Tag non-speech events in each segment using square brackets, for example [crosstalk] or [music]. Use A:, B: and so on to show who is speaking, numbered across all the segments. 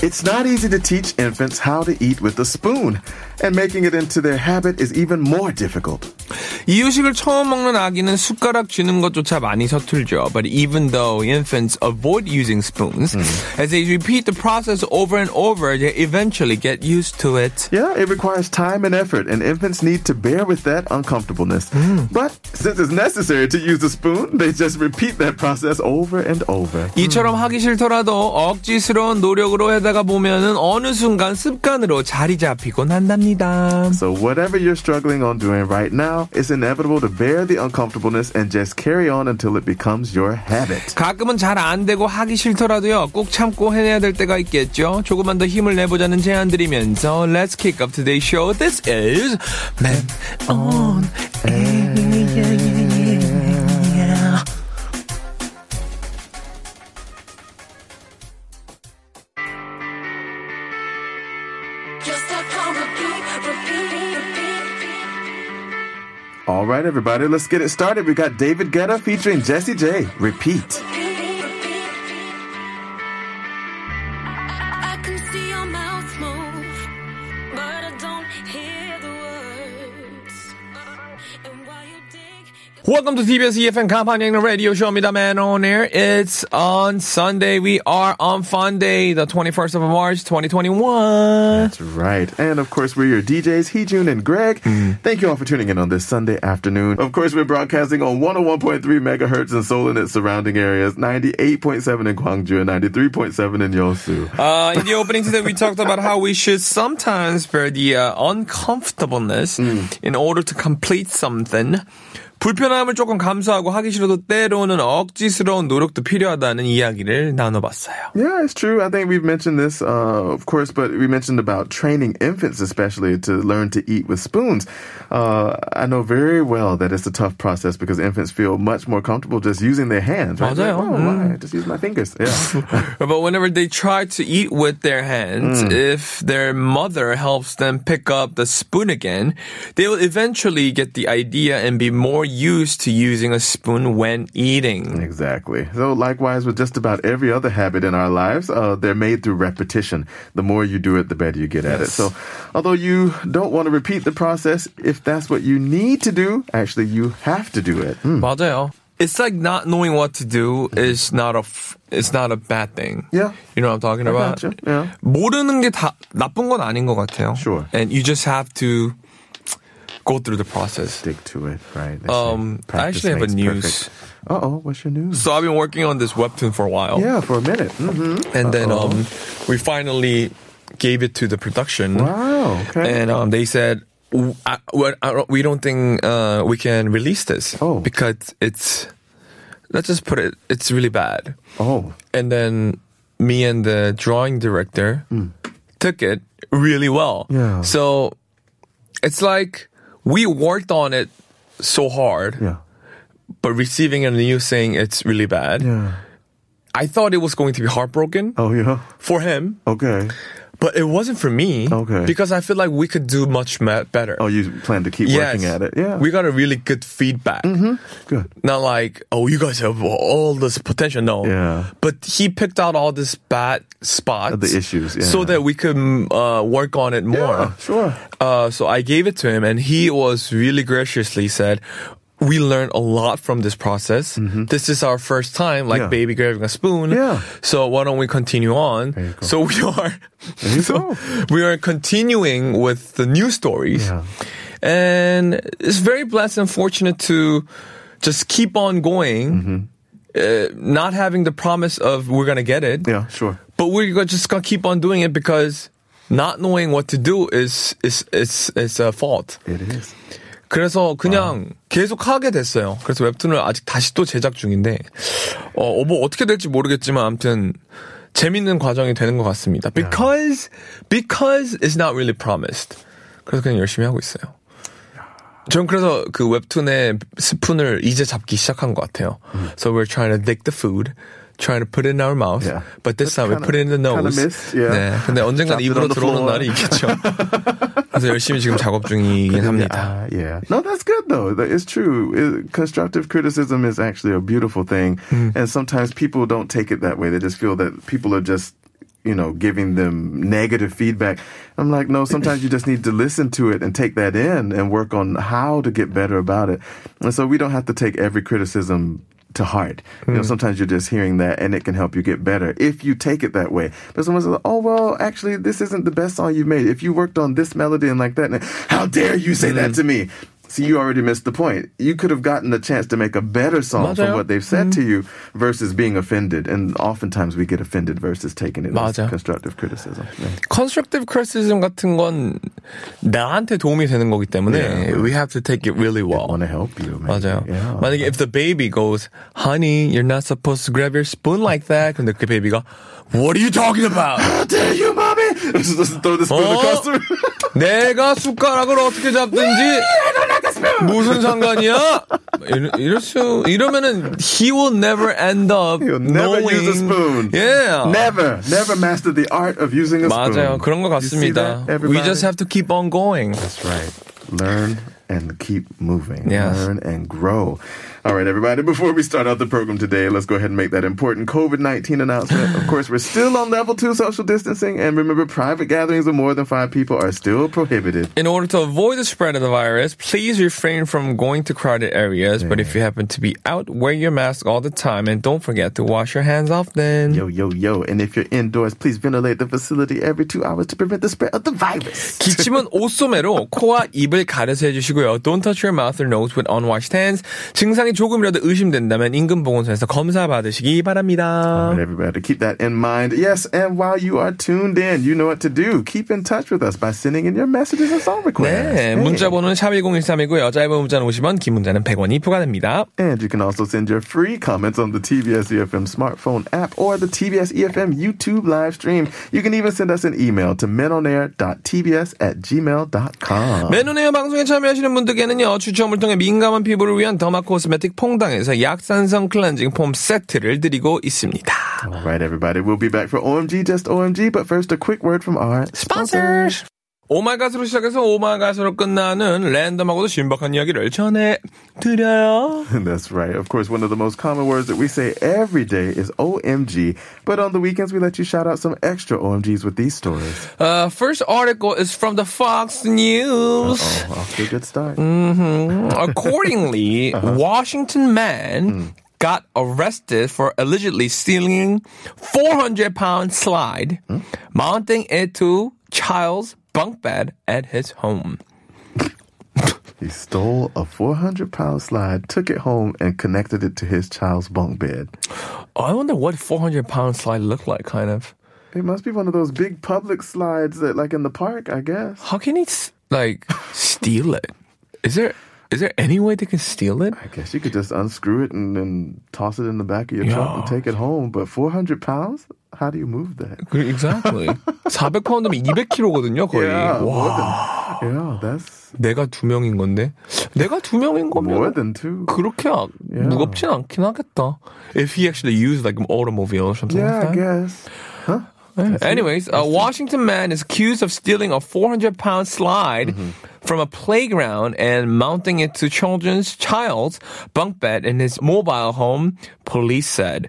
A: It's not easy to teach infants how to eat with a spoon, and making it into their habit is even more difficult.
B: 이유식을 처음 먹는 아기는 숟가락 쥐는 것조차 많이 서툴죠. But even though infants avoid using spoons, as they repeat the process over and over, they eventually get used to it.
A: Yeah, it requires time and effort, and infants need to bear with that uncomfortableness. But since it's necessary to use a spoon, they just repeat that process over and over.
B: 이처럼 하기 싫더라도 억지스러운 노력으로 해다가 보면은 어느 순간 습관으로 자리 잡히곤 한답니다.
A: So, whatever you're struggling on doing right now, it's inevitable to bear the uncomfortableness and just carry on until it becomes your habit.
B: 가끔은 잘 안 되고 하기 싫더라도요, 꼭 참고 해내야 될 때가 있겠죠. 조금만 더 힘을 내보자는 제안 드리면서, Let's kick up today's show. This is Man on Air.
C: Just like I repeat, repeat, repeat.
A: All right, everybody, let's get it started. We got David Guetta featuring Jesse J. Repeat.
C: I can see your mouth move, but I don't hear the words. And while you dig.
B: Welcome to TBS EFM 간판형 radio show입니다. Man on Air. It's on Sunday. We are on Fun Day, the 21st of
A: [laughs]
B: March, 2021.
A: That's right. And of course, we're your DJs, Heejun and Greg.
B: Mm-hmm.
A: Thank you all for tuning in on this Sunday afternoon. Of course, we're broadcasting on 101.3 megahertz in Seoul and its surrounding areas, 98.7 in Gwangju, and 93.7 in Yeosu.
B: Uh, in the opening today, we talked about how we should sometimes bear the uh, uncomfortableness in order to complete something. 불편함을 조금 감수하고 하기 싫어도 때로는 억지스러운 노력도 필요하다는 이야기를 나눠봤어요.
A: Yeah, it's true. I think we've mentioned this, uh, of course, but we mentioned about training infants, especially to learn to eat with spoons. Uh, I know very well that it's a tough process because infants feel much more comfortable just using their hands. Right?
B: 맞아요.
A: Like, oh, why? Just use my fingers.
B: [laughs]
A: Yeah.
B: But whenever they try to eat with their hands,
A: Mm.
B: if their mother helps them pick up the spoon again, they will eventually get the idea and be more used to using a spoon when eating.
A: Exactly. So, likewise, with just about every other habit in our lives, uh, they're made through repetition. The more you do it, the better you get at it. So, although you don't want to repeat the process, if that's what you need to do, actually, you have to do it.
B: Hmm.
A: Mm.
B: 맞아요. It's like not knowing what to do is not a f- it's not a bad thing.
A: Yeah.
B: You know what I'm talking about?
A: gotcha. Yeah.
B: 모르는 게 다 나쁜 건 아닌 것 같아요.
A: Sure.
B: And you just have to go through the process.
A: Stick to it, right?
B: Um, I actually have a news.
A: Uh oh, what's your news?
B: So I've been working on this webtoon for a while.
A: yeah, for a minute. hmm
B: And then um, we finally gave it to the production.
A: Wow. Okay.
B: and um, they said "W- I- well, I don't- we don't think uh, we can release this
A: Oh.
B: because it's let's just put it it's really bad
A: oh,
B: and then me and the drawing director took it really well
A: Hmm. Yeah.
B: so it's like we worked on it so hard
A: yeah.
B: but receiving a news saying it's really bad
A: Yeah.
B: i thought it was going to be heartbroken
A: Oh, yeah.
B: for him
A: Okay.
B: but it wasn't for me
A: Okay.
B: because i feel like we could do much ma- better
A: Oh, you plan to keep working at it. Yeah. Mm-hmm.
B: We got a really good feedback.
A: Good.
B: Not like, oh, you guys have all this potential. No.
A: Yeah.
B: But he picked out all this bad spots.
A: The issues, yeah.
B: So that we could mm, uh, work on it more.
A: Yeah, sure.
B: Uh, so I gave it to him, and he was really graciously said, "We learned a lot from this process. This is our first time, like
A: Mm-hmm. Yeah.
B: baby grabbing a spoon.
A: Yeah.
B: So why don't we continue on?
A: There you go.
B: So we are,
A: you
B: [laughs] so
A: go.
B: we are continuing with the new stories,
A: Yeah.
B: and it's very blessed and fortunate to just keep on going."
A: Mm-hmm.
B: Uh, not having the promise of we're gonna get it,
A: Yeah, sure.
B: but we're go- just gonna keep on doing it because not knowing what to do is is is is a fault.
A: It is.
B: 그래서 그냥 계속 하게 됐어요. 어, 그래서 웹툰을 아직 다시 또 제작 중인데 어, 뭐 어떻게 될지 모르겠지만 아무튼 재밌는 과정이 되는 것 같습니다.
A: 네.
B: Because because it's not really promised. 그래서 그냥 열심히 하고 있어요. 전 그래서 그 웹툰에 스푼을 이제 잡기 시작한 것 같아요.
A: 음.
B: So we're trying to dig the food, trying to put it in our mouth,
A: Yeah.
B: but this time we
A: kinda-
B: put it in the
A: kinda
B: nose.
A: missed, yeah.
B: 네, 근데 언젠간
A: Dropped it on
B: 입으로
A: the
B: 들어오는
A: floor.
B: 날이 있겠죠. 그래서 열심히 지금 작업 중이긴 합니다.
A: Ah, Yeah, yeah. No, that's good though. That- It's true. It- constructive criticism is actually a beautiful thing, and sometimes people don't take it that way. They just feel that people are just, you know, giving them negative feedback. I'm like, no. Sometimes you just need to listen to it and take that in and work on how to get better about it. And so we don't have to take every criticism to heart. You know,
B: Hmm.
A: sometimes you're just hearing that and it can help you get better if you take it that way. But someone says, "Oh well, actually, this isn't the best song you've made. If you worked on this melody and like that, and [laughs] how dare you say that
B: Hmm.
A: to me?" See, you already missed the point. You could have gotten a chance to make a better song from
B: 맞아요. Hmm.
A: what they've said to you versus being offended. And oftentimes we get offended versus taking it as
B: 맞아요.
A: constructive criticism. Yeah.
B: 컨스트럭티브 크리티즘 같은 건 나한테 도움이 되는 거기
A: 네.
B: 때문에 we have to take it really well.
A: want to help you. man.
B: 맞아요.
A: Yeah.
B: 만약에 if the baby goes, honey, you're not supposed to grab your spoon like that. 근데 그 베이비가 what are you talking
A: [laughs]
B: about?
A: How dare you, mommy? [laughs] Just throw the spoon
B: 어?
A: across the room.
B: 내가 숟가락을 어떻게 잡든지 무슨 상관이야? 이러, 이럴 수 이러면은 he will never end up
A: You'll never
B: knowing.
A: use a spoon.
B: Yeah.
A: Never, never master the art of using a spoon.
B: 맞아요. 그런 것
A: You see
B: 같습니다.
A: that,
B: We
A: everybody?
B: just have to keep on going.
A: That's right. Learn and keep moving.
B: Yes.
A: Learn and grow. All right, everybody, before we start out the program today, let's go ahead and make that important COVID 19 announcement. of course, we're still on level two social distancing, and remember, private gatherings of more than five people are still prohibited.
B: In order to avoid the spread of the virus, please refrain from going to crowded areas. But if you happen to be out, wear your mask all the time and don't forget to wash your hands often.
A: Yo, yo, yo. And if you're indoors, please ventilate the facility every two hours to prevent the spread of the virus.
B: 기침은 옷소매로 코와 입을 가려서 해주시고요. Don't touch your mouth or nose with unwashed hands. 증상이 조금이라도 의심된다면 인근 보건소에서 검사 받으시기 바랍니다.
A: But everybody, keep that in mind. Yes, and while you are tuned in, you know what to do. Keep in touch with us by sending in your messages and song requests. Hey.
B: 네, 문자 번호는 샵 1013이고요. 여자 앨범 문자는 50원, 긴 문자는 100원이 부과됩니다.
A: And you can also send your free comments on the TBS EFM E smartphone app or the TBS EFM E YouTube live stream. You can even send us an email to menonair.tbs at gmail.com.
B: 맨눈에어 방송에 참여하시는 분들께는요 추첨을 통해 민감한 피부를 위한 더마 코스메틱 퐁당에서 약산성 클렌징 폼 세트를 드리고 있습니다.
A: All right, everybody. We'll be back for OMG, just OMG. But first, a quick word from our sponsors.
B: 오마이갓으로 시작해서 오마이갓으로 끝나는 랜덤하고도 신박한 이야기를 전해 드려요.
A: [laughs] That's right. Of course, one of the most common words that we say every day is OMG. But on the weekends, we let you shout out some extra OMGs with these stories.
B: Uh, first article is from the Fox News.
A: Oh, off to a good start.
B: Accordingly, Washington man got arrested for allegedly stealing 400 pound slide, mounting it to child's bunk bed at his home.
A: He stole a 400 pound slide, took it home, and connected it to his child's bunk bed.
B: I wonder what 400 pound slide looked like, kind of.
A: It must be one of those big public slides that, like in the park, I guess.
B: How can he s- like steal it? Is there is there any way they can steal it?
A: I guess you could just unscrew it and then toss it in the back of your truck and
B: Yeah.
A: take it home. But 400 pounds? How do you move that?
B: 그- Exactly. 400파운드면 200kg거든요, 거의.
A: Yeah,
B: 와,
A: more than, yeah, that's
B: 내가 두 명인 건데. 내가 두 명인 거면
A: more than two.
B: 그렇게 아-
A: Yeah.
B: 무겁진 않긴 하겠다. If he actually used like an automobile or something
A: Yeah, I
B: like that.
A: guess.
B: Anyways, a Washington man is accused of stealing a 400 pound slide
A: Mm-hmm.
B: from a playground and mounting it to children's child's bunk bed in his mobile home, police said.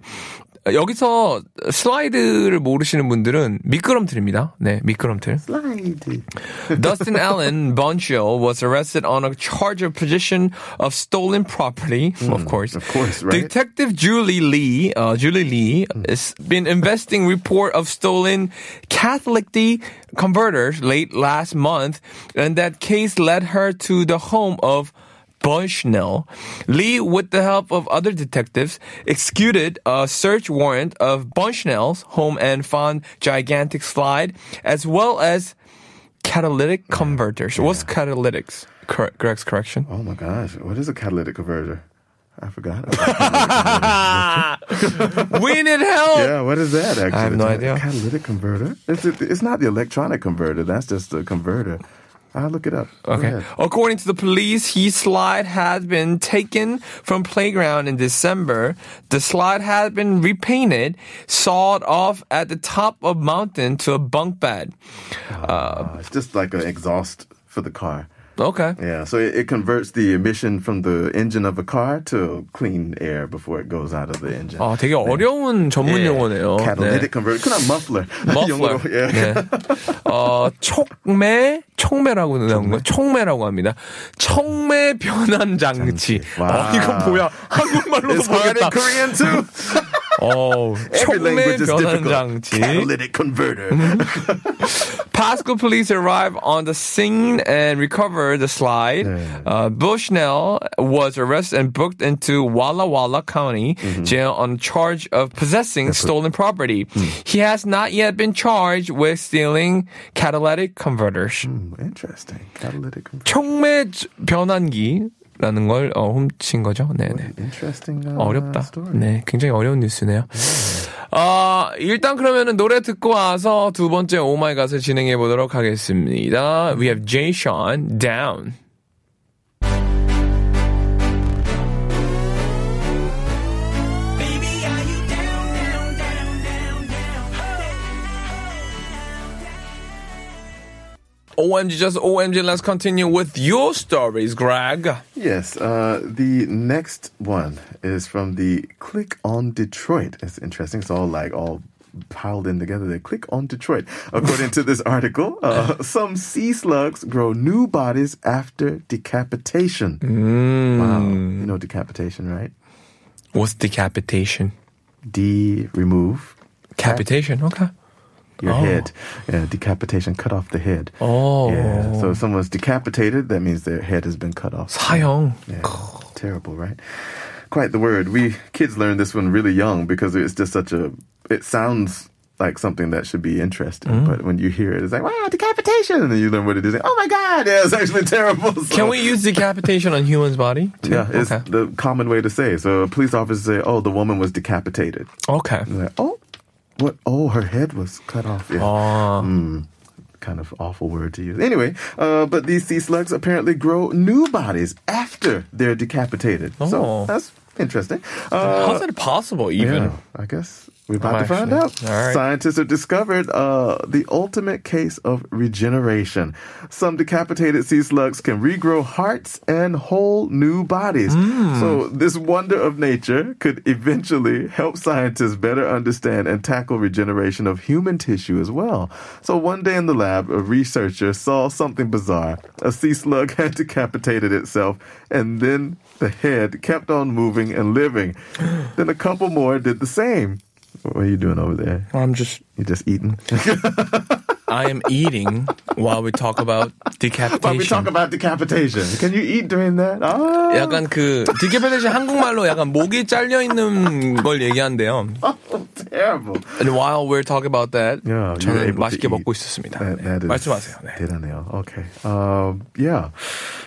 B: 여기서 슬라이드를 모르시는 분들은 미끄럼틀입니다. 네, 미끄럼틀.
A: Slide.
B: [laughs] Dustin Allen Boncho was arrested on a charge of possession of stolen property. of course,
A: Hmm, of course, right?
B: Detective Julie Lee, uh, Julie Lee, has been investing report of stolen Catholic D converters late last month, and that case led her to the home of. Bushnell. Lee, with the help of other detectives, executed a search warrant of Bushnell's home and found gigantic slide as well as
A: [laughs]
B: catalytic converters. What's catalytics? Correct, Greg's correction.
A: Oh my gosh, what is a catalytic converter? I forgot. [laughs]
B: Win it help.
A: yeah, what is that? Actually,
B: have no
A: It's a
B: idea.
A: Catalytic converter. It's it's not the electronic converter. That's just the converter. I'll look it up. Go
B: Okay.
A: ahead.
B: According to the police, his slide had been taken from playground in December. The slide had been repainted, sawed off at the top of mountain to a bunk bed.
A: Uh, it's just like an exhaust for the car.
B: Okay.
A: Yeah, so it, it converts the emission from the engine of a car to clean air before it goes out of the engine.
B: 아, 되게 어려운 전문 용어네요.
A: Catalytic
B: 네.
A: converter. 그냥 muffler. [laughs]
B: 머플러.
A: 용어로, 예. yeah.
B: 네. [laughs] 어, 촉매, 촉매라고 나온 거, 촉매라고 합니다. 청매 변환 장치. 아,
A: 와.
B: 이거 뭐야? 한국말로도
A: [laughs] It's hard in
B: 모르겠다.
A: Korean too.
B: 어,
A: [laughs] Every
B: 촉매
A: language is
B: 변환
A: difficult.
B: 장치.
A: Catalytic converter. [laughs]
B: Pasco police arrived on the scene and recovered the slide. Uh, Bushnell was arrested and booked into Walla Walla County jail on charge of possessing stolen property. He has not yet been charged with stealing catalytic converters.
A: Hmm. Interesting. Catalytic converter.
B: 총매 변환기라는 걸 어, 훔친 거죠. 네네.
A: Interesting. Uh,
B: 아, 어렵다.
A: Story.
B: 네, 굉장히 어려운 뉴스네요. 아, 일단 그러면은 노래 듣고 와서 두 번째 오마이 갓을 진행해 보도록 하겠습니다. We have Jay Sean down. OMG, just OMG, let's continue with your stories, Greg.
A: Yes, uh, the next one is from the Click on Detroit. It's interesting. It's all like all piled in together. They click on Detroit. According to this article,
B: [laughs]
A: uh, some sea slugs grow new bodies after decapitation.
B: Mm.
A: Wow. You know decapitation, right?
B: What's decapitation?
A: D, remove.
B: Capitation, okay.
A: your
B: Oh.
A: head. Yeah, decapitation, cut off the head.
B: Oh.
A: Yeah. So if someone's decapitated, that means their head has been cut off.
B: 사형.
A: Yeah. Terrible, right? Quite the word. We kids learn this one really young because it's just such a. It sounds like something that should be interesting,
B: Mm.
A: but when you hear it, it's like wow, decapitation, and then you learn what it is. Like, oh my god, yeah, it's actually [laughs] terrible. So-
B: Can we use decapitation on human's body? too?
A: Yeah, it's
B: okay.
A: the common way to say. it. So police officers say, "Oh, the woman was decapitated."
B: okay.
A: And they're like, oh, what? Oh, her head was cut off. Yeah.
B: 아,
A: Mm. kind of awful word to use. Anyway, uh, but these sea slugs apparently grow new bodies after they're decapitated.
B: Oh.
A: So that's interesting. Uh,
B: how's that possible? Even
A: yeah, I guess we're about
B: I'm
A: to find out.
B: actually- all right.
A: Scientists have discovered uh, the ultimate case of regeneration. Some decapitated sea slugs can regrow hearts and whole new bodies. So this wonder of nature could eventually help scientists better understand and tackle regeneration of human tissue as well. So one day in the lab, a researcher saw something bizarre. A sea slug [laughs] had decapitated itself and then the head kept on moving and living. Then a couple more did the same. What are you doing over there?
B: I'm just
A: You just eating?
B: I am eating while we
A: [laughs]
B: talk about decapitation.
A: But we talk about decapitation. Can you eat during that? Oh.
B: 약간 그 decapitation 한국말로 약간 목이 잘려 있는 걸 얘기한대요.
A: [laughs] terrible.
B: And while we're talking about that,
A: Yeah, you were
B: 저는
A: able to
B: 맛있게
A: eat.
B: 먹고 있었습니다.
A: That,
B: 네,
A: that is
B: 말씀하세요. 네.
A: 대단해요. Okay. Um, yeah.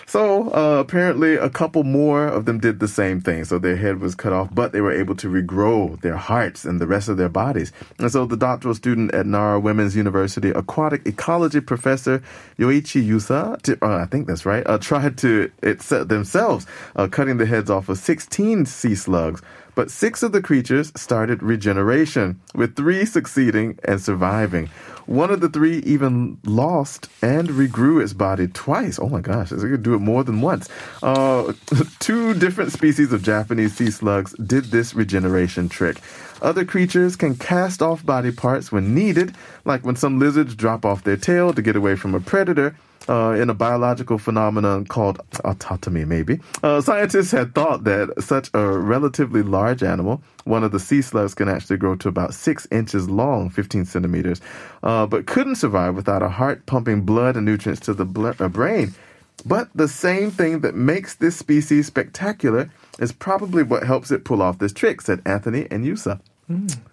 A: So uh, apparently, a couple more of them did the same thing. So their head was cut off, but they were able to regrow their hearts and the rest of their bodies. And so the doctoral student at Nara Women's University, aquatic ecology professor Yoichi Yusa, t- uh, I think that's right, uh, tried to it set themselves uh, cutting the heads off of 16 sea slugs. But six of the creatures started regeneration, with three succeeding and surviving. One of the three even lost and regrew its body twice. Oh my gosh, they could do it more than once. Uh, [laughs] two different species of Japanese sea slugs did this regeneration trick. Other creatures can cast off body parts when needed, like when some lizards drop off their tail to get away from a predator uh, in a biological phenomenon called autotomy, maybe. Uh, scientists had thought that such a relatively large animal, one of the sea slugs, can actually grow to about six inches long, 15 centimeters, uh, but couldn't survive without a heart pumping blood and nutrients to the bl- uh, brain. But the same thing that makes this species spectacular is probably what helps it pull off this trick, said Anthony and Yusa.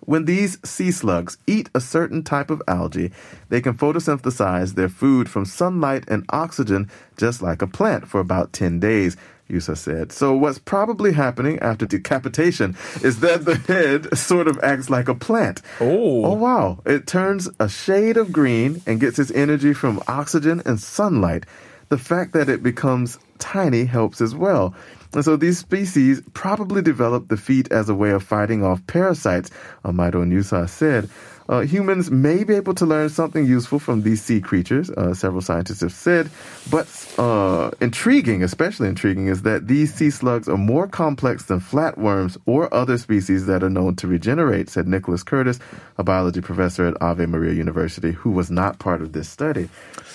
A: When these sea slugs eat a certain type of algae, they can photosynthesize their food from sunlight and oxygen just like a plant for about 10 days, Yusa said. So, what's probably happening after decapitation is that the head sort of acts like a plant.
B: Oh.
A: Oh, wow. It turns a shade of green and gets its energy from oxygen and sunlight. The fact that it becomes tiny helps as well. And so these species probably developed the feet as a way of fighting off parasites, Amado Nusa said. Uh, humans may be able to learn something useful from these sea creatures, uh, several scientists have said. But uh, intriguing, especially intriguing, is that these sea slugs are more complex than flatworms or other species that are known to regenerate, said Nicholas Curtis, a biology professor at Ave Maria University, who was not part of this study.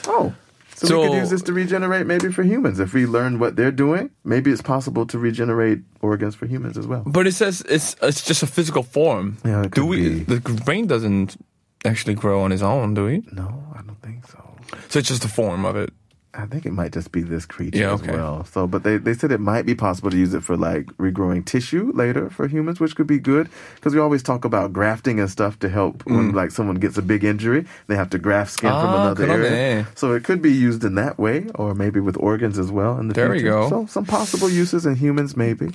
A: Oh. So, we
B: So-
A: could use this to regenerate maybe for humans. If we learn what they're doing, maybe it's possible to regenerate organs for humans as well.
B: But it says it's it's just a physical form.
A: Yeah, it
B: do
A: could
B: we?
A: be.
B: The brain doesn't actually grow on its own, do we?
A: No, I don't think so.
B: So it's just a form of it.
A: I think it might just be this creature
B: Yeah,
A: as
B: okay.
A: well. So, but they, they said it might be possible to use it for like regrowing tissue later for humans, which could be good because we always talk about grafting and stuff to help when like someone gets a big injury, they have to graft skin from
B: Mm. Ah,
A: another
B: 그러네.
A: area. So it could be used in that way, or maybe with organs as well. In the
B: There we
A: future.
B: go.
A: So some possible uses in humans, maybe.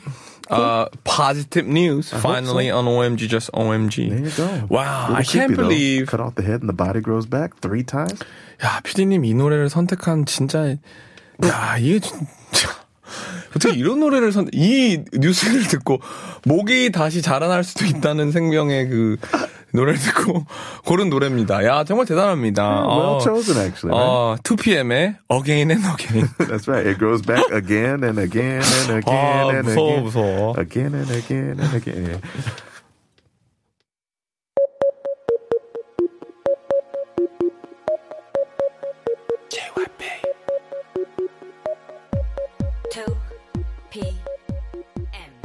B: Uh, positive news finally on OMG, just OMG.
A: There you go.
B: Wow,
A: Little
B: I can't
A: creepy, though.
B: believe.
A: Cut off the head and the body grows back three times.
B: 야, 피디님 이 노래를 선택한 진짜 야, 이게 진- 참, [laughs] 어떻게 이런 노래를 선, 이 뉴스를 듣고, 목이 다시 자라날 수도 있다는 생명의 그, 노래를 듣고, [laughs] 고른 노래입니다. 야, 정말 대단합니다.
A: well
B: 어,
A: chosen, actually.
B: 어, 2PM의 Again and [laughs] Again.
A: [laughs] That's right. It grows back again and again and again
B: 아,
A: and
B: 무서워,
A: again.
B: 무서워.
A: Again and again and again.
C: Two P M.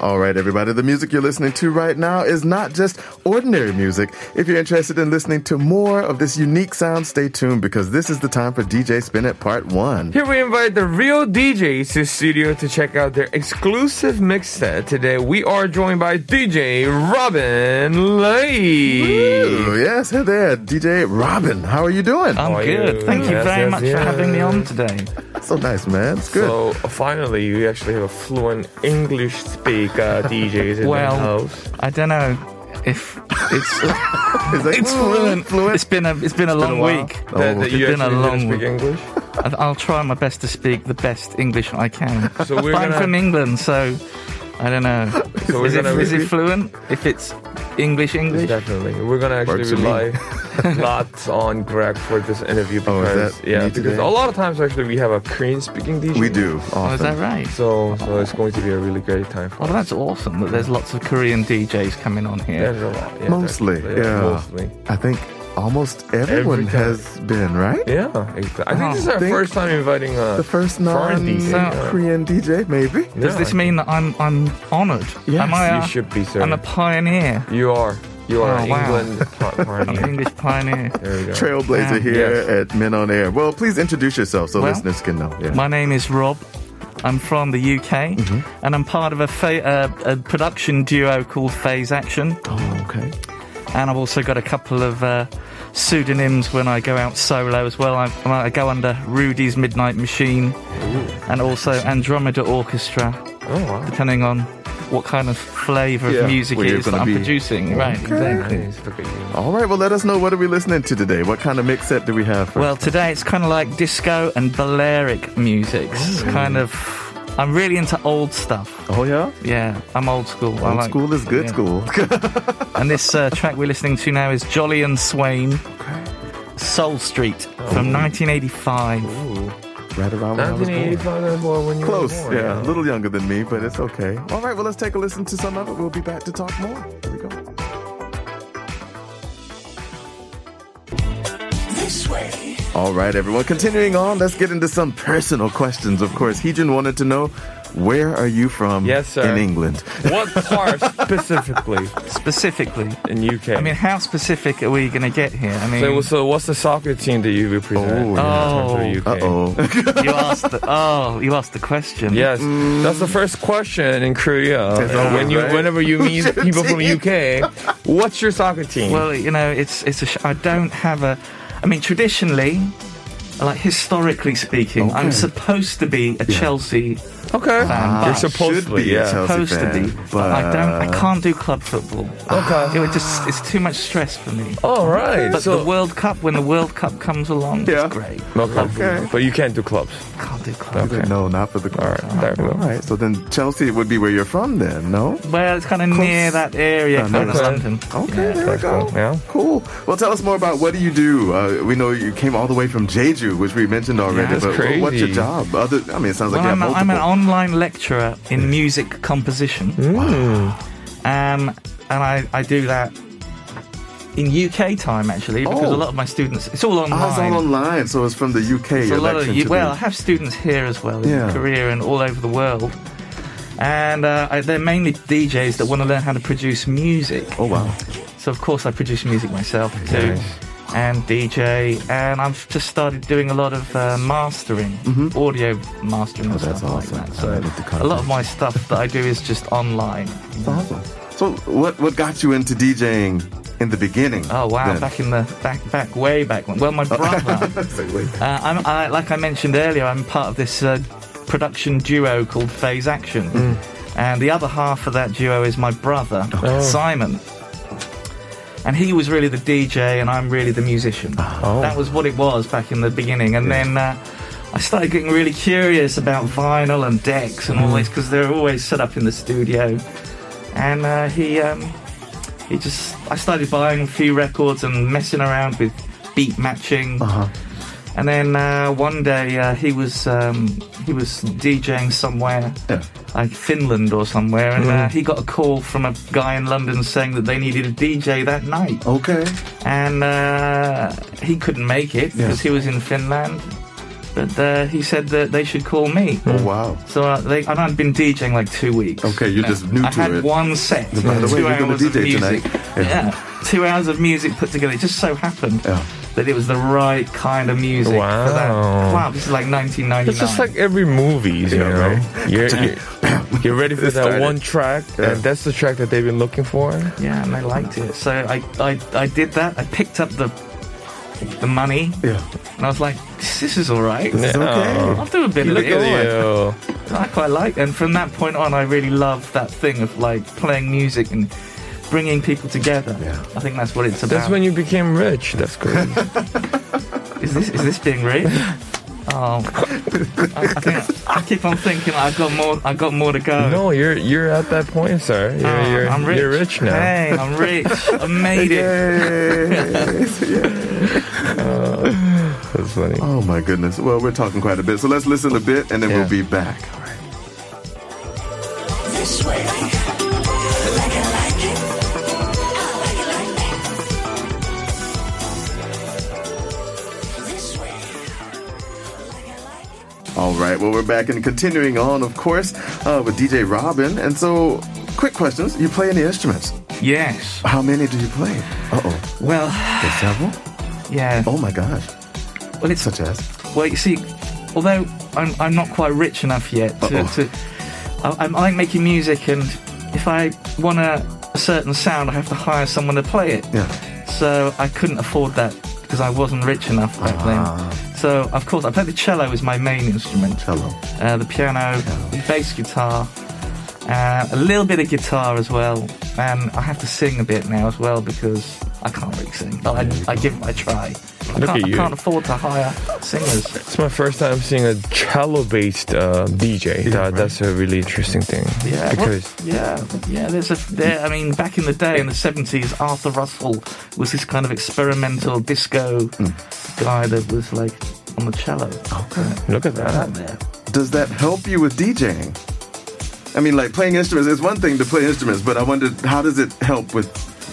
A: All right, everybody. The music you're listening to right now is not just ordinary music. If you're interested in listening to more of this unique sound, stay tuned because this is the time for DJ Spin It Part 1.
B: Here we invite the real DJs to studio to check out their exclusive mix set. Today we are joined by DJ Robin Lee.
A: Ooh, yes, hey there, DJ Robin. How are you doing?
D: I'm
B: How are
D: good.
B: you?
D: Thank you
B: Yes,
D: very
B: yes,
D: much
B: yes.
D: for having me on today.
A: so nice, man. It's good.
B: So uh, finally, you actually have a fluent English speaker [laughs] DJs in the
D: Well, oh,
B: house.
D: I don't know if it's
B: [laughs]
A: Is that
D: it's fluent. It's been a it's been a long
B: while.
D: week.
B: That, that
D: it's
B: you
D: been a
B: actually
D: long
B: didn't speak
D: week.
B: [laughs] English.
D: I- I'll try my best to speak the best English I can.
B: So we're
D: But I'm
B: gonna-
D: from England, so I don't know.
B: [laughs] So we're
D: is, it,
B: gonna
D: is
B: really-
D: it fluent? If it's English, English.
B: Definitely, we're gonna actually
A: Works for
B: rely
A: me. [laughs]
B: lots on Greg for this interview
A: Oh, is
B: because
A: that
B: yeah,
A: me
B: because
A: today?
B: a lot of times actually we have a Korean-speaking DJ.
A: We do.
D: Oh, is
A: Often.
D: that right?
B: So, so it's going to be a really great time for
D: Well, that's awesome that there's lots of Korean DJs coming on here.
B: There's a lot. Yeah,
A: Mostly,
B: definitely.
A: yeah.
B: Mostly.
A: I think almost everyone
B: Every time.
A: has been, right?
B: Yeah, exactly. I think
D: Oh.
B: this is
A: I
B: our
A: think
B: first time inviting uh,
A: The first
B: foreign DJ.
D: non-
A: non-Korean DJ, maybe.
B: Yeah.
D: Does this mean that I'm I'm honoured? Am I?
B: you
D: a-
B: should be, sir.
D: I'm a pioneer.
B: you are. You are
D: Oh,
B: an
D: wow. [laughs]
B: England pl-
D: I'm an
B: pioneer.
D: English pioneer.
B: There we go.
A: Trailblazer
D: Yeah.
A: here
B: Yes.
A: at Men on Air. Well, please introduce yourself so
D: Well,
A: listeners can know. Yeah.
D: My name is Rob. I'm from the UK,
A: Mm-hmm.
D: and I'm part of a, fa- uh, a production duo called Phase Action.
A: oh, okay.
D: And I've also got a couple of uh, pseudonyms when I go out solo as well. I, I go under Rudy's Midnight Machine, and also Andromeda Orchestra,
B: Oh wow.
D: depending on what kind of flavour
A: Yeah,
D: of music
A: where
D: it
A: you're
D: is that
A: gonna
D: I'm
A: be.
D: producing. Right, exactly.
B: Nice. Look at you.
A: All right. Well, let us know what are we listening to today. What kind of mix set do we have? For
D: Well, today it's kind of like disco and Balearic music. It's kind of. I'm really into old stuff.
A: oh yeah,
D: Yeah, I'm old school. I
A: old
D: like-
A: school is good
D: yeah.
A: school. [laughs]
D: And this uh, track we're listening to now is Jolly and Swain, Soul Street from
A: Oh.
D: 1985.
A: right around when I was born.
B: 1985 was born when you
A: Close.
B: were born.
A: Yeah,
D: [laughs]
A: a little younger than me, but it's okay. All right. Well, let's take a listen to some of it. We'll be back to talk more. Here we go.
E: this way.
A: All right, everyone. Continuing on, let's get into some personal questions. Of course, Heejin wanted to know, where are you from?
B: Yes, sir.
A: In England.
B: What part specifically
D: Specifically,
B: in UK?
D: I mean, how specific are we going to get here? I mean,
B: so, so what's the soccer team that you represent?
D: Oh,
B: in terms of
A: Uh
B: UK? [laughs]
A: oh.
D: you asked the oh, you asked the question.
B: Yes, that's the first question in Korea. Uh,
A: always
B: when you,
A: right.
B: whenever you meet
A: your
B: people from
A: team?
B: UK, what's your soccer team?
D: Well, you know, it's it's a. Sh- I don't have a. I mean, traditionally, like historically speaking, I'm supposed to be a Chelsea.
B: okay, you're supposed to
A: Should be
B: be.
A: a
B: Yeah.
A: Chelsea
D: Supposed to
A: fan,
D: be, but, I don't. I can't do club
A: [laughs]
D: football.
B: Okay.
D: It would just. It's too much stress for me.
B: All right.
D: But
B: so,
D: the World Cup, when the World Cup comes along,
A: Yeah.
D: it's great.
B: okay.
A: Okay.
B: But you can't do clubs.
D: Can't do club.
B: Okay.
A: No, not for the
B: All
A: club.
B: right. There we go.
A: All right. So then Chelsea would be where you're from then, no?
D: Well, it's kind of near that area,
A: Oh, no.
D: kind of London.
A: Okay, there we go.
B: cool. Yeah.
A: Cool. Well, tell us more about what do you do? Uh, we know you came all the way from Jeju, which we mentioned already,
B: that's
A: but wh- what's your
B: crazy.
A: job? Other, I mean, it sounds like
D: Well,
A: you have
D: I'm, a,
A: multiple.
D: I'm an online lecturer in music composition.
A: Mm.
D: Um, and I, I do that in UK time, actually, because
A: Oh.
D: a lot of my students, it's all online.
A: Ah, it's all online, so it's from the UK.
D: It's a
A: your
D: lot of,
A: election
D: you-
A: to
D: well, I
A: the-
D: have students here as well, in
A: Yeah.
D: Korea and all over the world. And uh, I, they're mainly DJs that want to learn how to produce music.
A: oh wow,
D: So of course I produce music myself too, and DJ, and I've just started doing a lot of uh, mastering, audio mastering, and
A: Mm-hmm. Oh, that's
D: stuff
A: awesome.
D: like that.
A: I need to
D: So a
A: contact
D: lot of my stuff that I do is just online.
A: that's awesome. So, what what got you into DJing in the beginning?
D: Oh wow!
A: then?
D: Back in the back, back way back when. Well,
A: [laughs]
D: my brother,
A: It's like, wait.
D: uh, I'm, I, like I mentioned earlier, I'm part of this uh, production duo called Phase Action, and the other half of that duo is my brother Simon. and he was really the DJ, and I'm really the musician. That was what it was back in the beginning, and then uh, I started getting really curious about vinyl and decks and all this because they're always set up in the studio. And uh, he, um, he just, I started buying a few records and messing around with beat matching.
A: Uh-huh.
D: And then uh, one day uh, he was um, he was DJing somewhere, like Finland or somewhere, and
A: Mm.
D: uh, he got a call from a guy in London saying that they needed a DJ that night,
A: Okay.
D: and uh, he couldn't make it
A: Yeah.
D: because he was in Finland. But uh, he said that they should call me.
A: Oh wow.
D: So uh, they, and I'd been DJing like two weeks.
A: Okay, you're just new
D: I
A: to
D: had
A: it.
D: one set.
A: By the way,
D: two
A: you're gonna
D: hours of
A: DJ
D: music.
A: tonight.
D: Yeah. two hours of music put together. It just so happened
A: Yeah.
D: that it was the right kind of music for that.
B: Wow.
D: Wow, this is like 1999.
B: It's just like every movie, you know. You're, you're,
D: [coughs]
B: you're ready for that
A: started.
B: one track, and that's the track that they've been looking for.
D: yeah, and I liked it. So I, I, I did that. I picked up the the money,
A: Yeah.
D: and I was like, this, this is all right.
A: It's
B: Oh,
A: okay.
D: I'll do a bit of
B: Look
D: it.
B: at uh, you.
D: I quite like, and from that point on, I really loved that thing of like playing music and bringing people together.
A: Yeah.
D: I think that's what it's about.
B: That's when you became rich. That's
D: [laughs]
B: crazy.
D: Is this is this being real? [laughs] Oh, I, I think I, keep on thinking I've got more. I've got more to go.
B: no, you're you're at that point, sir. You're,
D: Oh,
B: you're,
D: I'm rich.
B: you're rich now.
D: Hey, I'm rich. I made
B: [laughs]
D: it. [laughs]
B: That's funny.
A: Oh my goodness. Well, we're talking quite a bit, so let's listen a bit, and then
B: Yeah.
A: we'll be back. All right. Well, we're back and continuing on, of course, uh, with DJ Robin. And so, quick questions. You play any instruments?
D: Yes.
A: How many do you play? Uh oh.
D: Well,
A: There's several?
D: yeah.
A: Oh my gosh.
D: Well, it's
A: Such as?
D: well. You see, although I'm I'm not quite rich enough yet to.
A: Uh-oh.
D: to I, I'm, I like making music, and if I want a, a certain sound, I have to hire someone to play it.
A: Yeah.
D: So I couldn't afford that because I wasn't rich enough back then. So of course I play the cello as my main instrument.
A: Cello.
D: Uh, the piano, the bass guitar, uh, a little bit of guitar as well, and I have to sing a bit now as well because I can't really sing. But I, I give it a try. I
B: Look
D: can't,
B: at
D: I
B: you.
D: can't afford to hire singers.
B: It's my first time seeing a cello-based uh, DJ. that, That's a really interesting thing.
D: Yeah, what-
B: because
D: yeah, yeah. There's a. There, I mean, back in the day in the '70s, Arthur Russell was this kind of experimental disco guy that was like on the cello.
B: look at that.
D: there.
A: Does that help you with DJing? I mean, like playing instruments is one thing to play instruments, but I wondered how does it help with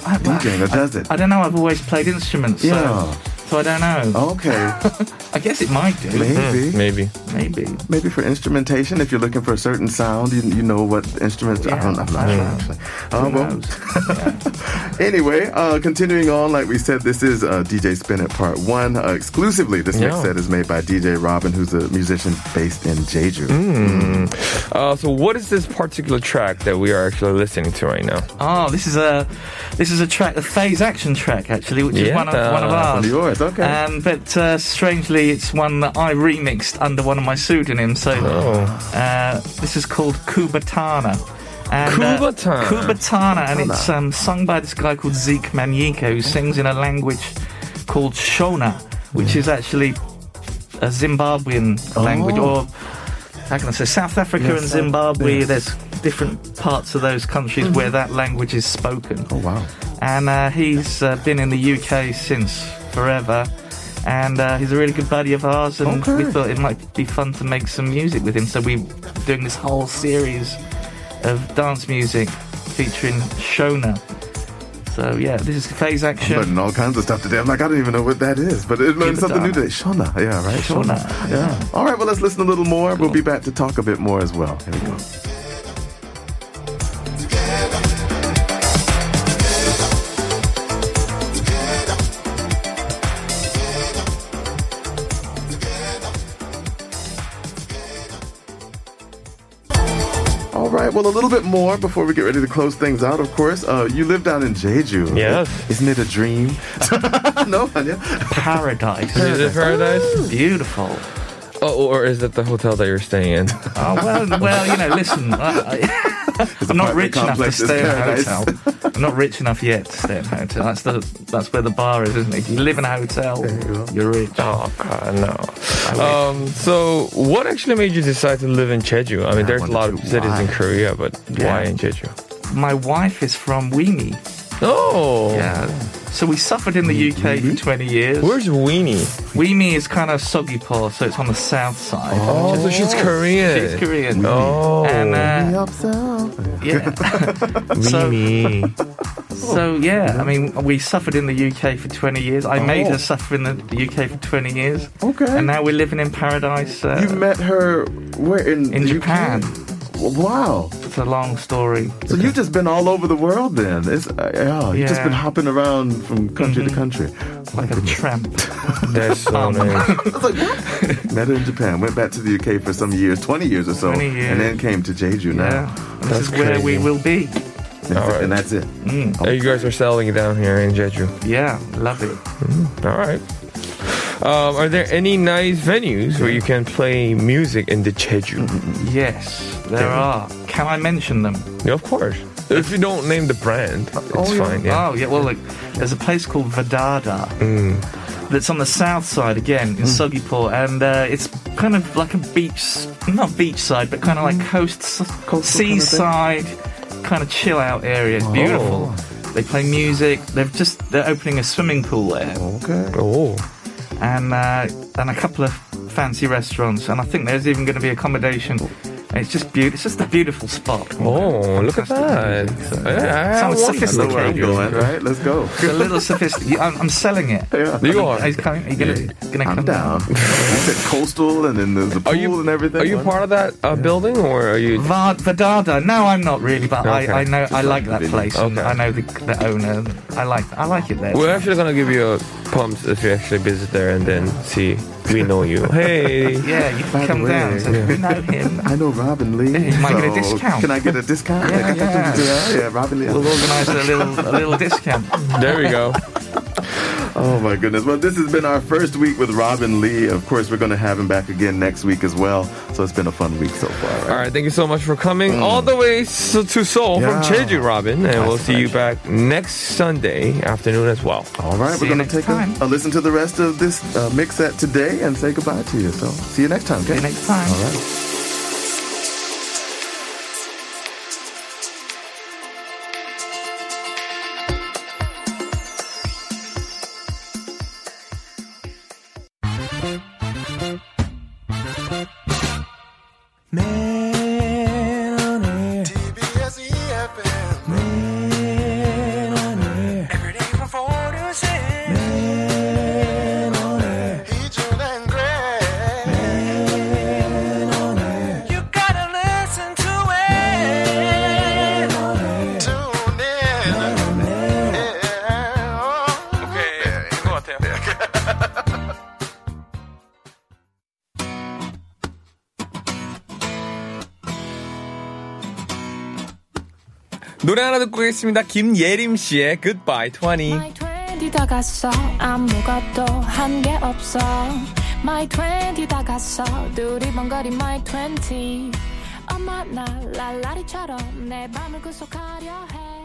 D: I,
A: DJing, or does it?
D: I don't know. I've always played instruments.
A: Yeah. Oh.
D: So, So I don't know. [laughs]
A: Okay,
D: I guess it might do.
A: maybe.
B: Maybe.
D: Maybe.
A: Maybe for instrumentation, if you're looking for a certain sound, you, you know what instruments. I don't know. I'm not sure, actually.
D: Who
A: Uh, well,
D: knows?
A: Anyway, uh, continuing on, like we said, this is uh, DJ Spin at Part 1. Uh, exclusively, this mix
B: Yeah.
A: set is made by DJ Robin, who's a musician based in Jeju.
D: Mm.
B: Uh, so what is this particular track that we are actually listening to right now?
D: Oh, this is a this is a track, a phase action track actually, which is
B: Yeah.
D: one of one of
A: One
D: ours.
A: of yours, okay.
D: Um, but uh, strangely, it's one that I remixed under one of my pseudonyms. So uh, this is called Kubatana. And,
B: Kubatana.
D: Uh, Kubatana, and it's um, sung by this guy called Zeke Mamieko, who sings in a language called Shona, which is actually a Zimbabwean language, or how can I say, South Africa and Zimbabwe. There's different parts of those countries where that language is spoken
A: oh, wow.
D: and uh, he's uh, been in the UK since forever. And uh, he's a really good buddy of ours, and
A: Okay.
D: we thought it might be fun to make some music with him. So we're doing this whole series of dance music featuring Shona. So yeah, this is phase
A: I'm
D: action.
A: learning all kinds of stuff today. I'm like, I don't even know what that is, but it learned something new today. Shona, yeah, right?
D: Shona,
A: Yeah. All right, well, let's listen a little more. We'll be back to talk a bit more as well. Here we go. All right, well, a little bit more before we get ready to close things out, of course. Uh, you live down in Jeju.
B: Yes.
A: Isn't it a dream? [laughs] no, Anya?
D: paradise,
B: Is it Paradise?
D: beautiful.
B: Oh, or is it the hotel that you're staying in?
D: Oh well, well, you know, listen, I, I, I'm
A: apartment
D: not rich enough to
A: complex is
D: stay in a
A: paradise.
D: hotel. I'm not rich enough yet to stay in a hotel. That's the that's where the bar is, isn't it? If you live in a hotel, you are rich.
B: Oh God, no. Um, so, what actually made you decide to live in Jeju? I mean, there's a lot of
A: wondered
B: cities in
A: why.
B: Korea, but why in Jeju?
D: My wife is from Weenie.
B: Oh,
D: Yeah. So we suffered in the UK for 20 years.
B: where's Weenie?
D: Weenie is kind of soggy poor, so it's on the south side.
B: Oh, so she's Korean.
D: She's Korean.
B: Oh,
D: And uh, yeah. [laughs] so-
B: Weenie.
D: So yeah, I mean, we suffered in the UK for 20 years. I made her suffer in the, the UK for 20 years.
A: Okay.
D: And now we're living in paradise. Uh,
A: You met her where in
D: in
A: the
D: Japan.
A: UK? Wow.
D: It's a long story.
A: So you've just been all over the world then. It's, uh, yeah, you've just
D: Yeah. Mm-hmm.
A: been hopping around from country to country.
D: Like a tramp.
B: That's so nice.
A: Met her in Japan, went back to the UK for some years, 20 years or so,
D: 20 years.
A: and then came to Jeju now.
D: Yeah. And This
B: That's
D: is where we
B: crazy.
D: will be.
A: That's
B: All
A: it,
B: right.
A: And that's it.
D: Mm.
B: Hey, you guys are selling it down here in Jeju.
D: Yeah, love it.
B: All right. Um, are there any nice venues where you can play music in the Jeju?
D: Yes, there are. Can I mention them?
B: Yeah, of course. If you don't name the brand, it's fine. Yeah. Mm.
D: Oh yeah. Well, look, there's a place called Vadada that's on the south side again in Sogipor, and uh, it's kind of like a beach, not beachside, but kind of like coast, seaside, kind of chill out area.
B: Oh.
D: It's beautiful. They play music. They've just they're opening a swimming pool there,
A: Okay.
B: Oh,
D: and uh, and a couple of fancy restaurants, and I think there's even going to be accommodation. And It's just beautiful. It's just a beautiful spot.
B: oh, look at that! Yeah, I
D: Sounds
B: want that.
A: I know where I'm
D: Sophisticated.
A: going, right? Let's go.
D: It's a little sophisticated. I'm, I'm selling
B: [laughs]
D: it.
A: Yeah.
B: You are.
D: He's coming. He's gonna, gonna
A: I'm
D: come
A: down. you said coastal and then there's the pool
B: Are you
A: and everything.
B: Are you part of that uh, building or are you?
D: Vard Vadada. No, I'm not really, but
B: Okay.
D: I, I know I like that
A: video.
D: place. and
B: Okay.
D: I know the, the owner. I like I like it there.
B: We're actually gonna give you a pumps if you actually visit there and then see we know
A: [laughs]
B: you. Hey,
D: yeah, you
A: By the
D: can come
A: way,
D: down. So
A: yeah.
D: We know him.
A: I know Robin Lee.
D: Yeah, you might get a
A: so
D: discount.
A: Can I get a discount?
D: [laughs] Yeah, yeah.
A: [laughs] yeah, yeah, Robin Lee.
D: We'll organise a little a little
A: [laughs]
D: discount.
B: there we go.
A: Oh my goodness. Well, this has been our first week with Robin Lee. Of course, we're going to have him back again next week as well. So it's been a fun week so far. Right?
B: All right, thank you so much for coming all the way s- to Seoul from
A: Mm. Yeah.
B: Jeju, Robin, and we'll see you back next Sunday afternoon as well.
A: All right,
D: See
A: we're
D: you
A: going to
D: next
A: take
D: time.
A: a, a listen to the rest of this uh, mix set today and say goodbye to you. So see you next time. Okay?
D: See you next time.
A: All right.
F: E
E: Every day from four to six.
B: [laughs] 노래 하나 듣고 오겠습니다. 김예림 씨의 Goodbye 20.
E: My 20 다 갔어 아무것도 한 게 없어 My 20 다 갔어 두리번거리 My 20 엄마 나 랄라리처럼 내 밤을 구속하려 해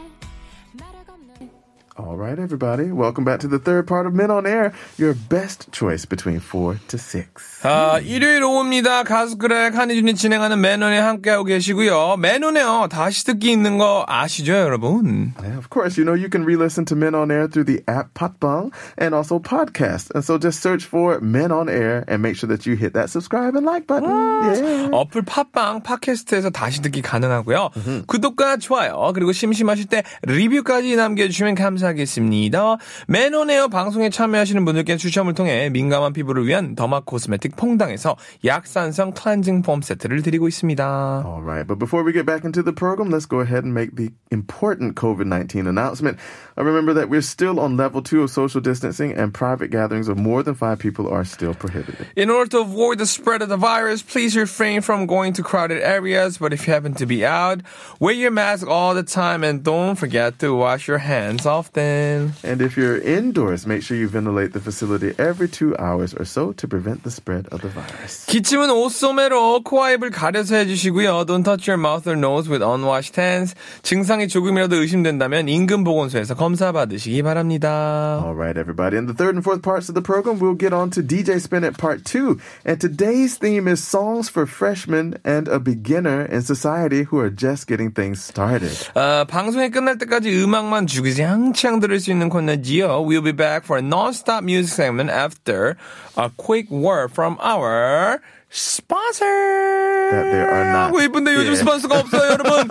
E: 매력 없는
A: All right, everybody. Welcome back to the third part of Men on Air, your best choice between four to six.
B: 아, 일요일 오후입니다. 가수 그렉 한희준이 진행하는 맨원에 함께하고 계시고요. 맨원에요. 다시 듣기 있는 거 아시죠, 여러분?
A: And of course, you know, you can re listen to Men on Air through the app Patbang and also podcast. And so just search for Men on Air and make sure that you hit that subscribe and like button. Yeah.
B: 어플 팟빵 팟캐스트에서 다시 듣기 가능하고요. 구독과 좋아요 그리고 심심하실 때 리뷰까지 남겨주시면 감사하겠습니다. 맨온에어 방송에 참여하시는 분들께 추첨을 통해 민감한 피부를 위한 더마 코스메틱 퐁당에서 약산성 클렌징 폼 세트를 드리고 있습니다.
A: All right, but before we get back into the program, let's go ahead and make the important COVID 19 announcement. I remember that we're still on level two of social distancing, and private gatherings of more than five people are still prohibited.
B: In order to avoid the spread of the virus, please refrain from going to crowded areas. But if you happen to be out, wear your mask all the time and don't forget to wash your hands often.
A: And if you're indoors, make sure you ventilate the facility every two hours or so to prevent the spread of the virus.
B: 기침은 옷소매로 코와 입을 가려서 해주시고요. Don't touch your mouth or nose with unwashed hands. 증상이 조금이라도 의심된다면 인근 보건소에서 검사 받으시기 바랍니다.
A: All right, everybody. In the third and fourth parts of the program, we'll get on to DJ Spin at part two. And today's theme is songs for freshmen and a beginner in society who are just getting things started.
B: 어, 방송이 끝날 때까지 음악만 주기장창 들을 수 있는 코너지요. We'll be back for a non-stop music segment after a quick word from our sponsor.
A: That there are not. 예.
B: 하고 이쁜데 요즘
A: Yeah.
B: 스폰서가 없어요, 여러분.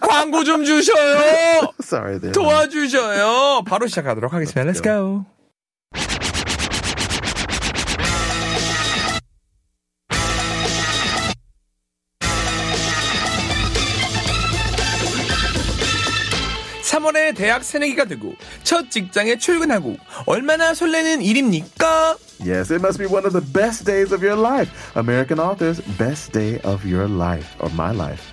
B: 광고
A: [laughs]
B: 좀 주셔요.
A: Sorry there.
B: 도와주셔요. 네. 바로 시작하도록 하겠습니다. Let's go. (3월에) 에 대학 새내기가 되고 첫 직장에 출근하고 얼마나 설레는 일입니까?
A: Yes, it must be one of the best days of your life. American Author's Best Day of Your Life, or My Life.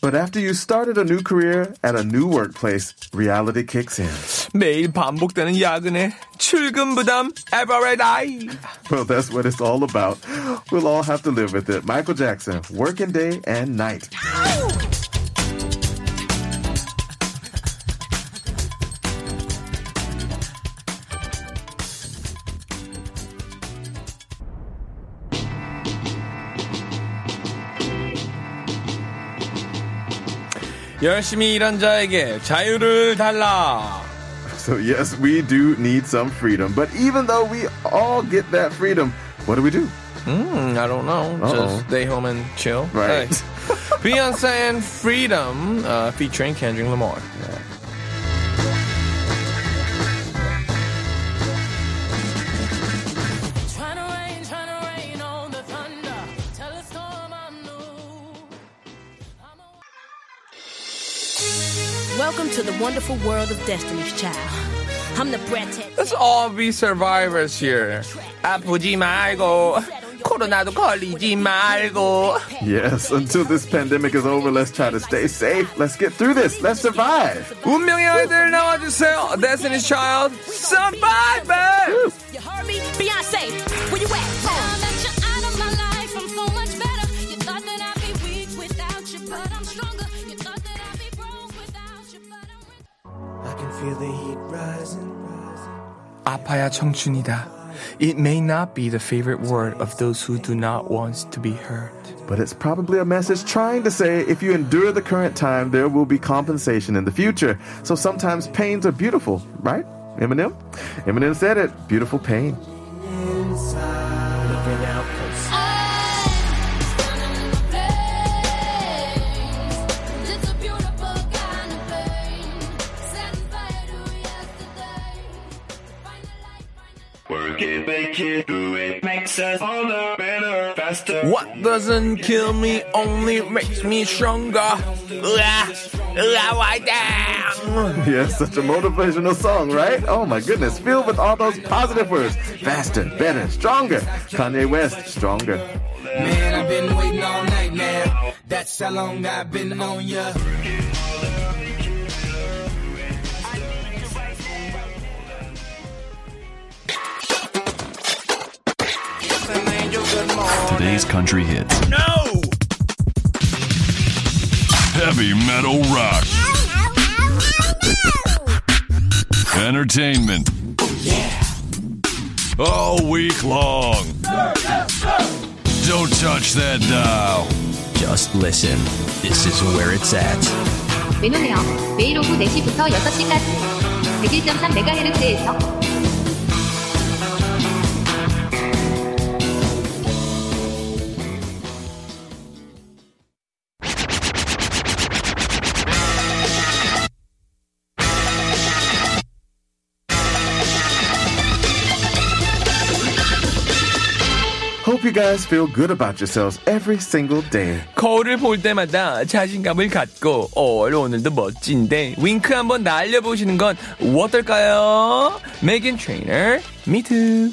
A: But after you started a new career at a new workplace, reality kicks in.
B: 매일 반복되는 야근에 출근 부담 에버레 다이
A: Well, that's what it's all about. We'll all have to live with it. Michael Jackson, working day and night.
B: 열심히 일한 자에게 자유를 달라
A: So, yes, we do need some freedom. But even though we all get that freedom, what do we do?
B: Mm, I don't know.
A: Uh-oh.
B: Just stay home and chill.
A: [laughs] Right.
B: Hey. Beyonce and Freedom uh, featuring Kendrick Lamar.
C: Trying to rain, trying to rain on the thunder. Tell a storm I'm new.
G: Welcome to the wonderful world of Destiny's Child. I'm the Brad Ted.
B: Let's all be survivors here. 아프지 말고 코로나도 걸리지 말고.
A: Yes, until this pandemic is over, let's try to stay safe. Let's get through this. Let's survive.
B: 운명의 아이들 나와주세요. Destiny's Child, Survivor.
G: You heard me? Beyonce, where you at?
C: Now that you're out of my life, I'm so much better. You thought that I'd be weak without you, but I'm stronger. You thought that I'd be broke without you, but I'm richer.
B: 아파야 청춘이다. It may not be the favorite word of those who do not want to be heard.
A: But it's probably a message trying to say if you endure the current time, there will be compensation in the future. So sometimes pains are beautiful, right? Eminem? Eminem said it beautiful pain.
C: It's a beautiful kind of pain. Satisfied who yesterday. Find the light, find the light.
F: Work it, make it, do it, makes us all the better.
B: What doesn't kill me only makes me stronger. 으아, 으아, 와이다.
A: [laughs] Yes, such a motivational song, right? Oh my goodness, filled with all those positive words. Faster, better, stronger. Kanye West, stronger.
F: Man, I've been waiting all night, man. That's how long I've been on ya.
H: Today's country hits.
B: No!
H: Heavy metal rock. Entertainment. Yeah. All week long. Don't touch that dial.
I: Just listen. This is where it's at.
J: 매뉴네요. 매일 오후 4시부터 6시까지 101.3MHz에서
A: Hope you guys feel good about yourselves every single day.
B: 거울을 볼 때마다 자신감을 갖고 올 오늘도 멋진데 윙크 한번 날려보시는 건 어떨까요? 메긴 트레이너 미트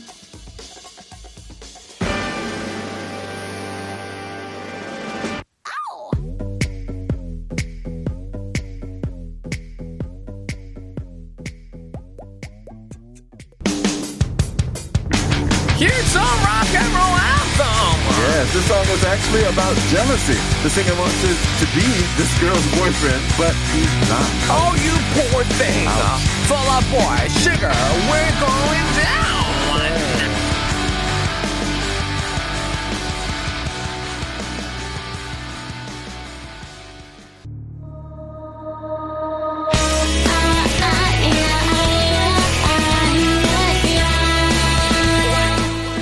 B: Here's a rock and roll anthem.
A: Yes, this song is actually about jealousy. The singer wants to, to be this girl's boyfriend, but he's not.
B: Oh, you poor thing. Full up boy, sugar, we're going down.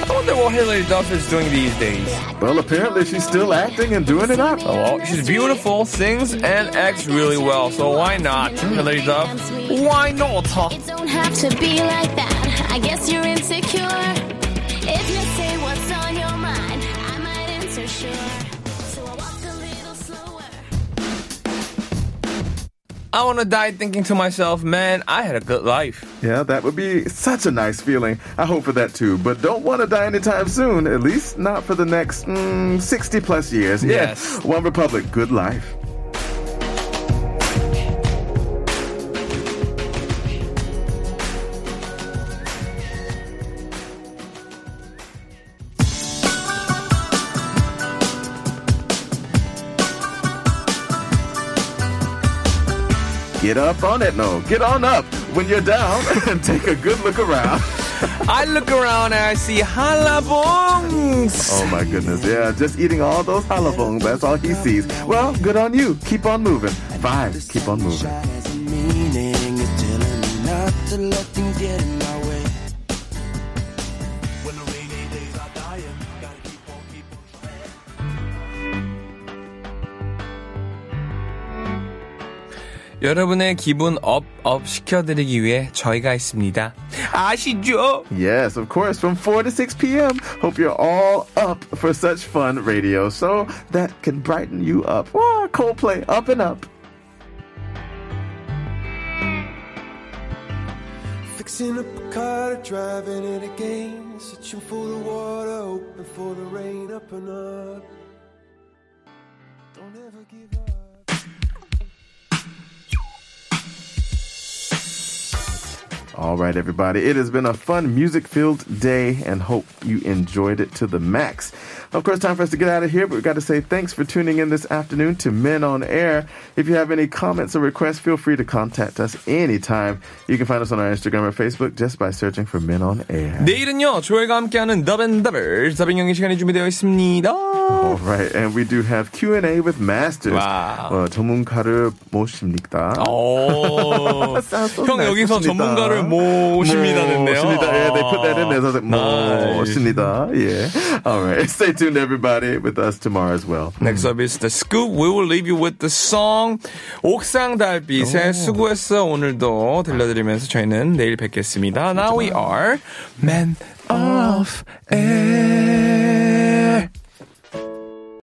B: I wonder what Hilary Duff is doing these days.
A: Well, apparently she's still acting and doing it up.
B: Well, Oh, she's beautiful, sings and acts really well, so why not, Hilary Duff? Why not?
E: It don't have to be like that. I guess you're insecure. If you say what's on your mind, I might answer sure. So I walk a little slower.
B: I want to die thinking to myself, man, I had a good life.
A: Yeah, that would be such a nice feeling. I hope for that too, but don't want to die anytime soon, at least not for the next mm, 60 plus years. Yeah.
B: Yes.
A: One Republic, good life. Get up on it, no. Get on up when you're down [laughs] and take a good look around.
B: I look around and I see halabongs.
A: Oh my goodness, yeah, just eating all those halabongs, that's all he sees. Well, good on you. Keep on moving. Bye. Keep on moving.
F: has a meaning. It's telling me not to let them get in my way. When the rainy days are dying, gotta keep on, keep on trying.
B: 여러분의 기분 업업 시켜드리기 위해 저희가 있습니다. 아시죠?
A: Yes, of course, from 4 to 6 p.m. Hope you're all up for such fun radio so that can brighten you up. Wow, Coldplay, up and up.
F: Fixing up a car, driving it again. Searching for the water, hoping for the rain. Up and up. Don't ever give up.
A: All right, everybody. It has been a fun music filled day and hope you enjoyed it to the max. Of course, time for us to get out of here, but we've got to say thanks for tuning in this afternoon to Men on Air. If you have any comments or requests, feel free to contact us anytime. You can find us on our Instagram or Facebook just by searching for Men on Air.
B: 내일은요, 조회가 함께하는 더벤더블 서빙형의 시간이 준비되어 있습니다.
A: All right, and we do have Q&A with Masters.
B: Wow.
A: 어, 전문가를 모십니까?
B: 오.
A: Sounds so
B: 어. 형
A: nice.
B: 여기서
A: 모십니다.
B: 전문가를 모십니다는데요.
A: 모십니다. 예, 네, Yeah, they put that in there. So I was like,
B: Nice.
A: 모십니다. Yeah. All right. Stay tuned, everybody, with us tomorrow as well.
B: Next up is the scoop. We will leave you with the song. 옥상 달빛의 수고했어 오늘도 들려드리면서 저희는 내일 뵙겠습니다. Now we are men of air.